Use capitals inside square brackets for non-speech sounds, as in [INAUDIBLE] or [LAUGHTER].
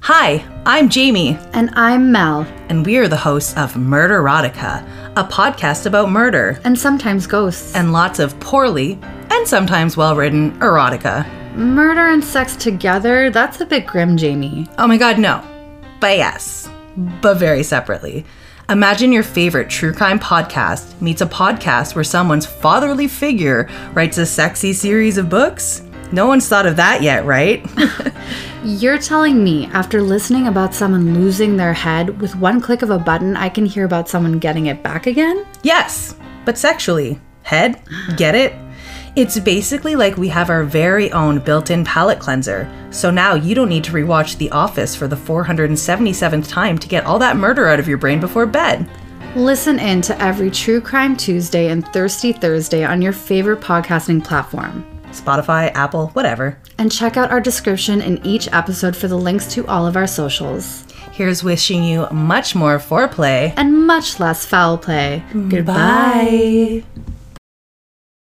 Hi, I'm Jamie, And I'm Mel, and we are the hosts of Murderotica, a podcast about murder and sometimes ghosts. and lots of poorly and sometimes well written erotica. Murder and sex together, that's a bit grim, Jamie. Oh my god, no. But yes, but very separately. Imagine your favorite true crime podcast meets a podcast where someone's fatherly figure writes a sexy series of books. No one's thought of that yet, right? [LAUGHS] You're telling me, after listening about someone losing their head, with one click of a button, I can hear about someone getting it back again? Yes, but sexually. Head? Get it? It's basically like we have our very own built in palate cleanser, so now you don't need to rewatch The Office for the 477th time to get all that murder out of your brain before bed. Listen in to every True Crime Tuesday and Thirsty Thursday on your favorite podcasting platform. Spotify, Apple, whatever. And check out our description in each episode for the links to all of our socials. Here's wishing you much more foreplay. And much less foul play. Goodbye. Bye.